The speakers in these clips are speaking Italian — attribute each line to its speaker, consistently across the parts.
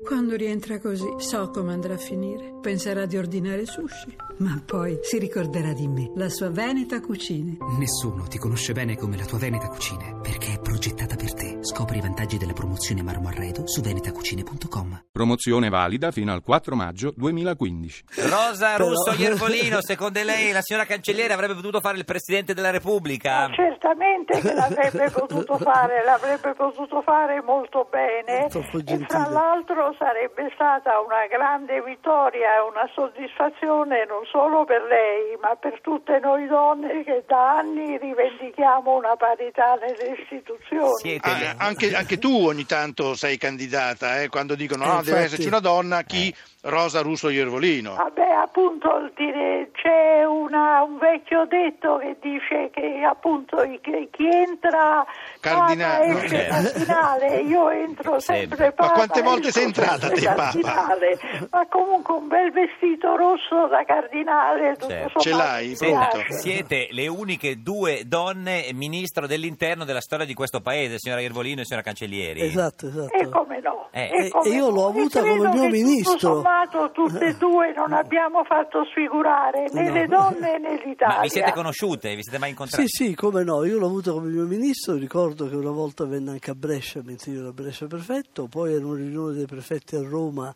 Speaker 1: Quando rientra così, so come andrà a finire. Penserà di ordinare sushi, ma poi si ricorderà di me, la sua Veneta Cucine.
Speaker 2: Nessuno ti conosce bene come la tua Veneta Cucine, perché è progettata per te. Scopri i vantaggi della promozione Marmo Arredo su venetacucine.com.
Speaker 3: Promozione valida fino al 4 maggio 2015.
Speaker 4: Rosa Russo Iervolino, secondo lei la signora cancelliera avrebbe potuto fare il Presidente della Repubblica?
Speaker 5: Ma certamente che l'avrebbe potuto fare, l'avrebbe potuto fare molto bene
Speaker 6: Troppo
Speaker 5: e
Speaker 6: gentile.
Speaker 5: tra l'altro sarebbe stata una grande vittoria e una soddisfazione non solo per lei ma per tutte noi donne che da anni rivendichiamo una parità nelle istituzioni.
Speaker 4: Siete
Speaker 7: Ah, anche, anche tu ogni tanto sei candidata, eh, quando dicono
Speaker 6: Eh,
Speaker 7: no, deve
Speaker 6: infatti.
Speaker 7: esserci una donna,
Speaker 4: Eh.
Speaker 7: chi? Rosa Russo Iervolino.
Speaker 5: Vabbè, appunto, il dire, c'è una- un vecchio detto che dice che appunto i- che chi entra
Speaker 7: Cardinale. Eh.
Speaker 5: Papa esce cardinale, io entro sempre Papa.
Speaker 7: quante volte
Speaker 5: esco
Speaker 7: sei entrata
Speaker 5: sempre
Speaker 7: te, Papa?
Speaker 5: cardinale. Ma comunque un bel vestito rosso da cardinale, tutto
Speaker 4: Certo.
Speaker 7: Ce
Speaker 5: sommato,
Speaker 7: l'hai,
Speaker 5: mi
Speaker 4: Senta,
Speaker 7: pronto?
Speaker 5: piace.
Speaker 4: siete le uniche due donne ministro dell'interno della storia di questo paese, signora Iervolino e signora Cancellieri.
Speaker 6: Esatto, esatto.
Speaker 5: E come no?
Speaker 4: Eh,
Speaker 5: e
Speaker 6: e-
Speaker 5: come
Speaker 6: e io
Speaker 5: no.
Speaker 6: l'ho avuta
Speaker 5: E credo
Speaker 6: come mio
Speaker 5: che
Speaker 6: ministro.
Speaker 5: Tutto sommato, tutte e due non abbiamo fatto sfigurare né
Speaker 6: No.
Speaker 5: le donne né l'Italia.
Speaker 4: Ma vi siete conosciute? Vi siete mai incontrate?
Speaker 6: Sì, sì, come no, io l'ho avuto come mio ministro, ricordo che una volta venne anche a Brescia, mentre io ero a Brescia prefetto, poi era una riunione dei prefetti a Roma,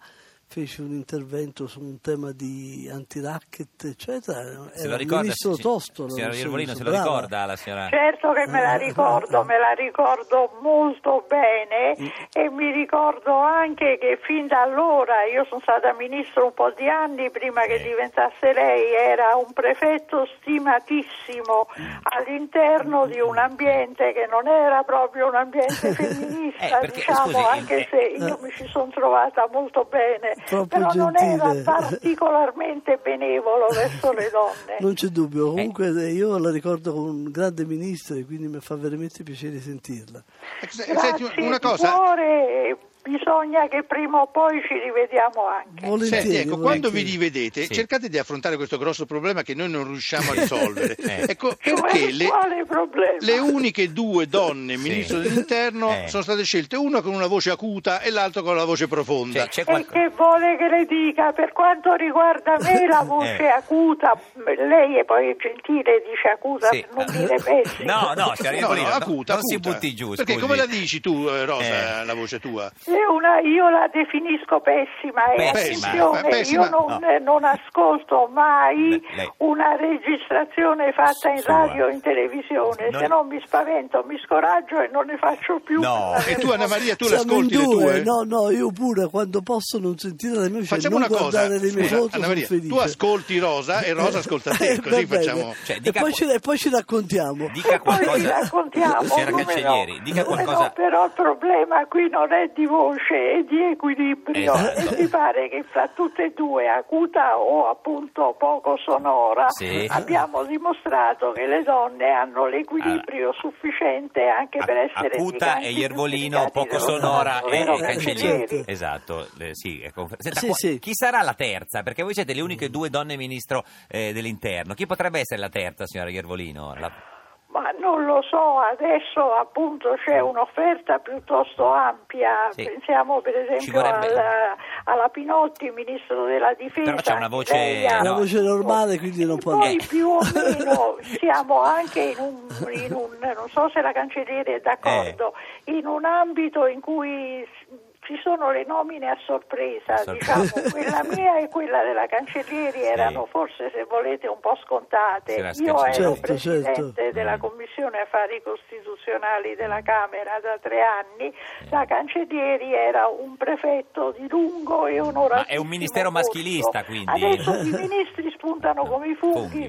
Speaker 6: fece un intervento su un tema di anti-racket, eccetera,
Speaker 4: Se
Speaker 6: era
Speaker 4: lo
Speaker 6: il
Speaker 4: ricorda?
Speaker 6: eh, ministro
Speaker 4: sì, sì.
Speaker 6: Tosto.
Speaker 4: Signora Iervolino, se lo ricorda la signora?
Speaker 5: Certo che me la ricordo, me la ricordo molto bene e mi ricordo anche che fin da allora, io sono stata ministro un po' di anni prima che diventasse lei, era un prefetto stimatissimo
Speaker 4: Mm.
Speaker 5: all'interno di un ambiente che non era proprio un ambiente femminista,
Speaker 4: Eh, perché,
Speaker 5: diciamo,
Speaker 4: scusi,
Speaker 5: anche
Speaker 4: eh,
Speaker 5: se io mi ci sono trovata molto bene,
Speaker 6: Troppo
Speaker 5: però non era
Speaker 6: gentile.
Speaker 5: particolarmente benevolo verso le
Speaker 7: Eh.
Speaker 5: donne.
Speaker 6: Non c'è dubbio, comunque eh, io la ricordo come un grande ministro e quindi mi fa veramente piacere sentirla.
Speaker 7: Eh, se-
Speaker 5: Grazie
Speaker 7: senti, una
Speaker 5: di
Speaker 7: cosa,
Speaker 5: cuore, e bisogna che prima o poi ci rivediamo anche.
Speaker 6: Volentieri,
Speaker 7: senti, ecco, quando vi
Speaker 6: volentieri.
Speaker 7: rivedete
Speaker 4: Sì.
Speaker 7: cercate di affrontare questo grosso problema che noi non riusciamo a risolvere.
Speaker 4: Eh.
Speaker 7: Ecco,
Speaker 5: Cioè,
Speaker 7: perché le,
Speaker 5: quale problema?
Speaker 7: le uniche due donne ministro dell'interno
Speaker 4: Eh.
Speaker 7: sono state scelte, una con una voce acuta e l'altra con una voce profonda.
Speaker 4: Cioè, c'è
Speaker 5: E
Speaker 4: qualcosa?
Speaker 5: che vuole che le dica? Per quanto riguarda me, la voce
Speaker 4: Eh.
Speaker 5: acuta, lei è poi gentile, dice acuta
Speaker 4: Sì.
Speaker 5: per eh, non dire
Speaker 4: No,
Speaker 5: pessima.
Speaker 4: no, signora
Speaker 7: No,
Speaker 4: Iervolino,
Speaker 7: no,
Speaker 4: no,
Speaker 7: acuta,
Speaker 4: non si
Speaker 7: acuta.
Speaker 4: butti giù,
Speaker 7: Perché
Speaker 4: scusi.
Speaker 7: come la dici tu, eh, Rosa,
Speaker 4: Eh.
Speaker 7: la voce tua?
Speaker 5: È una- io la definisco pessima e
Speaker 4: Pessima.
Speaker 5: attenzione,
Speaker 7: Pessima,
Speaker 5: io non,
Speaker 4: no.
Speaker 5: eh, non ascolto mai
Speaker 4: Le- lei-
Speaker 5: una registrazione fatta in
Speaker 4: Sua.
Speaker 5: radio o in televisione,
Speaker 4: Noi-
Speaker 5: se no mi spavento, mi scoraggio e non ne faccio più.
Speaker 4: No.
Speaker 7: E tu, Anna Maria, tu le
Speaker 6: Eh, Siamo in
Speaker 7: ascolti le
Speaker 6: due,
Speaker 7: tue?
Speaker 6: no, no, io pure quando posso non sentire le mie voci,
Speaker 7: Facciamo
Speaker 6: non
Speaker 7: una cosa,
Speaker 6: guardare le mie
Speaker 7: scusa,
Speaker 6: foto,
Speaker 7: Anna Maria,
Speaker 6: sono felice.
Speaker 7: tu ascolti Rosa e Rosa ascolta te,
Speaker 6: Eh,
Speaker 7: così
Speaker 6: va bene.
Speaker 7: facciamo...
Speaker 4: Cioè,
Speaker 6: e,
Speaker 4: dica
Speaker 6: poi
Speaker 4: qua-
Speaker 6: ci, e poi ci raccontiamo.
Speaker 4: Dica
Speaker 5: Poi vi
Speaker 4: qualcosa.
Speaker 5: raccontiamo,
Speaker 4: Signora
Speaker 5: come no.
Speaker 4: Cancellieri, dica
Speaker 5: Come no,
Speaker 4: qualcosa.
Speaker 5: però il problema qui non è di voce, è di equilibrio.
Speaker 4: Esatto.
Speaker 5: E mi pare che fra tutte e due, acuta o appunto poco sonora,
Speaker 4: Sì.
Speaker 5: abbiamo dimostrato che le donne hanno l'equilibrio sufficiente anche per essere
Speaker 4: Acuta
Speaker 5: giganti
Speaker 4: e Iervolino,
Speaker 5: giustificati
Speaker 4: poco
Speaker 5: dello
Speaker 4: sonora
Speaker 5: Stato,
Speaker 4: e
Speaker 5: vero,
Speaker 4: e Cancellieri.
Speaker 5: Cancellieri?
Speaker 4: Esatto, le- sì. ecco. Senta,
Speaker 6: Sì,
Speaker 4: qua-
Speaker 6: sì.
Speaker 4: Chi sarà la terza? Perché voi siete le uniche due donne ministro eh, dell'interno. Chi potrebbe essere la terza, signora Iervolino? La-
Speaker 5: Ma non lo so, adesso appunto c'è un'offerta piuttosto ampia,
Speaker 4: Mm. Sì.
Speaker 5: pensiamo per
Speaker 4: Ci
Speaker 5: esempio
Speaker 4: vorrebbe-
Speaker 5: alla, alla Pinotti, ministro della difesa.
Speaker 4: Però c'è una voce-
Speaker 5: Lei ha-
Speaker 4: Eh,
Speaker 6: È una
Speaker 4: no.
Speaker 6: voce normale, quindi non può
Speaker 5: Noi
Speaker 6: andare.
Speaker 5: più o meno siamo anche in un, in un- non so se la cancelliere è d'accordo,
Speaker 4: Eh.
Speaker 5: in un ambito in cui s- ci sono le nomine a sorpresa,
Speaker 4: A sorpresa.
Speaker 5: diciamo, quella mia e quella della cancellieri erano forse se volete un po' scontate.
Speaker 4: Se la Mm.
Speaker 5: Io
Speaker 4: scherzi-
Speaker 5: ero
Speaker 6: Certo,
Speaker 5: presidente
Speaker 6: certo.
Speaker 5: della Commissione Affari Costituzionali della Camera da tre anni,
Speaker 4: Eh.
Speaker 5: la cancellieri era un prefetto di lungo e onoratissimo
Speaker 4: Mm. Ma è un ministero
Speaker 5: corso.
Speaker 4: maschilista, quindi.
Speaker 5: Adesso i ministri spuntano come i funghi,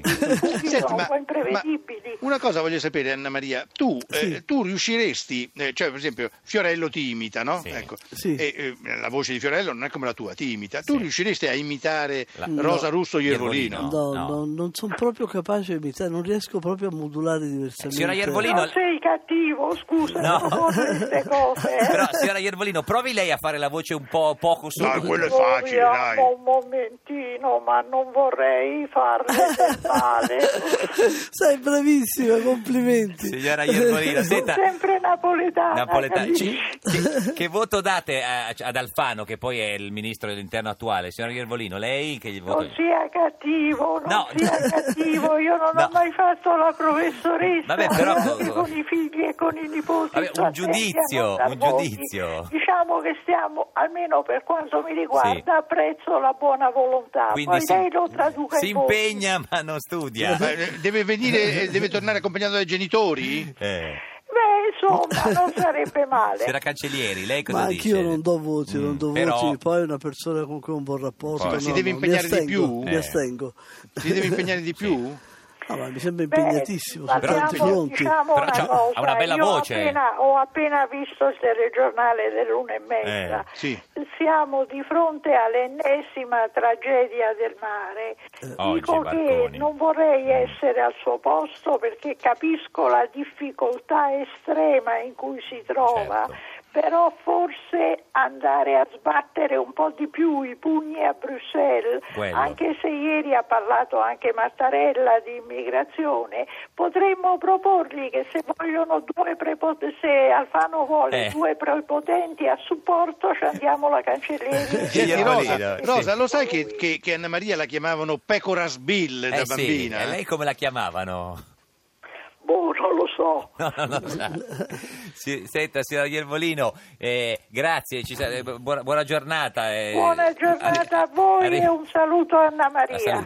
Speaker 4: Funghi.
Speaker 5: quindi i funghi
Speaker 7: Senti,
Speaker 5: sono
Speaker 7: ma-
Speaker 5: un po'
Speaker 7: ma
Speaker 5: imprevedibili.
Speaker 7: una cosa voglio sapere, Anna Maria. Tu, eh, tu riusciresti, eh, cioè per esempio, Fiorello ti imita, no?
Speaker 4: Sì.
Speaker 7: Ecco.
Speaker 6: Sì.
Speaker 7: E, eh, la voce di Fiorello non è come la tua, ti imita. Tu riusciresti a imitare
Speaker 4: La-
Speaker 7: Rosa Russo Iervolino?
Speaker 4: Iervolino.
Speaker 6: No,
Speaker 4: no.
Speaker 6: no, non sono proprio capace di imitare, non riesco proprio a modulare diversamente.
Speaker 4: Signora Iervolino,
Speaker 5: Non sei cattivo, scusa,
Speaker 4: No.
Speaker 5: non faccio queste cose. eh.
Speaker 4: Però, signora Iervolino, provi lei a fare la voce un po' poco su.
Speaker 7: Dai, quello è
Speaker 5: Proviamo
Speaker 7: facile, dai.
Speaker 5: un momentino, ma non vorrei farle del male.
Speaker 6: Sei bravissima, complimenti.
Speaker 4: Signora Iervolino, senta.
Speaker 5: Sempre napoletana.
Speaker 4: Napoletano.
Speaker 5: Ah, capisci?
Speaker 4: Che, che voto date a- ad Alfano, che poi è il ministro dell'interno attuale? Signora Iervolino, lei che gli voto...
Speaker 5: Non sia cattivo, non
Speaker 4: No.
Speaker 5: sia cattivo, io non
Speaker 4: No.
Speaker 5: ho mai fatto la professoressa
Speaker 4: Vabbè, però-
Speaker 5: anche con i figli e con i nipoti. cioè,
Speaker 4: Vabbè, un
Speaker 5: sto attenta
Speaker 4: giudizio,
Speaker 5: a
Speaker 4: un
Speaker 5: voti.
Speaker 4: giudizio.
Speaker 5: Diciamo che stiamo, almeno per quanto mi riguarda, apprezzo la buona volontà,
Speaker 4: Quindi
Speaker 5: poi
Speaker 4: si,
Speaker 5: lei lo traduca
Speaker 4: si
Speaker 5: in voti.
Speaker 4: impegna ma non studia.
Speaker 7: Ma, eh, Deve venire, eh, deve tornare accompagnato dai genitori?
Speaker 4: Eh.
Speaker 5: Beh, insomma, non sarebbe male.
Speaker 4: Signora Cancellieri, lei cosa
Speaker 6: Ma
Speaker 4: dice?
Speaker 6: anch'io non do voti, non do
Speaker 4: Mm, però-
Speaker 6: voti, poi è una persona con cui ho un buon rapporto.
Speaker 7: Poi.
Speaker 6: no,
Speaker 7: Si deve
Speaker 6: no, mi
Speaker 7: impegnare di
Speaker 6: astengo,
Speaker 7: più?
Speaker 6: Mi
Speaker 4: Eh.
Speaker 6: astengo.
Speaker 7: Si deve impegnare di più?
Speaker 6: No, Ah, ma mi sembra
Speaker 5: Beh,
Speaker 6: impegnatissimo su
Speaker 5: parliamo,
Speaker 6: tanti fronti.
Speaker 5: diciamo,
Speaker 4: Però
Speaker 5: una
Speaker 4: c'ha-
Speaker 5: cosa,
Speaker 4: ha una bella
Speaker 5: io ho
Speaker 4: voce.
Speaker 5: appena- ho appena visto il telegiornale dell'una e mezza.
Speaker 4: Eh,
Speaker 7: sì.
Speaker 5: Siamo di fronte all'ennesima tragedia del mare.
Speaker 4: Eh, Oggi, Mm.
Speaker 5: Dico che
Speaker 4: Barconi.
Speaker 5: non vorrei essere al suo posto perché capisco la difficoltà estrema in cui si trova.
Speaker 4: Certo.
Speaker 5: Però forse andare a sbattere un po' di più i pugni a Bruxelles,
Speaker 4: Quello.
Speaker 5: anche se ieri ha parlato anche Mattarella di immigrazione, potremmo proporgli che se vogliono due prepotenti, se Alfano vuole
Speaker 4: Eh.
Speaker 5: due prepotenti a supporto, ci andiamo la cancellieri.
Speaker 4: Sì,
Speaker 7: Senti,
Speaker 4: io
Speaker 7: Rosa,
Speaker 4: volevo, sì.
Speaker 7: Rosa, lo sai che, che, che Anna Maria la chiamavano Pecora Sbill da
Speaker 4: Eh sì,
Speaker 7: bambina?
Speaker 4: e lei come la chiamavano?
Speaker 5: Boh, non lo so.
Speaker 4: No, no, no, sa. Si- Senta, signora Iervolino, eh, grazie, ci sa- eh, buona, buona giornata. eh.
Speaker 5: Buona giornata a voi
Speaker 4: Arri-
Speaker 5: e un saluto a Anna
Speaker 4: La
Speaker 5: Maria.
Speaker 4: saluto.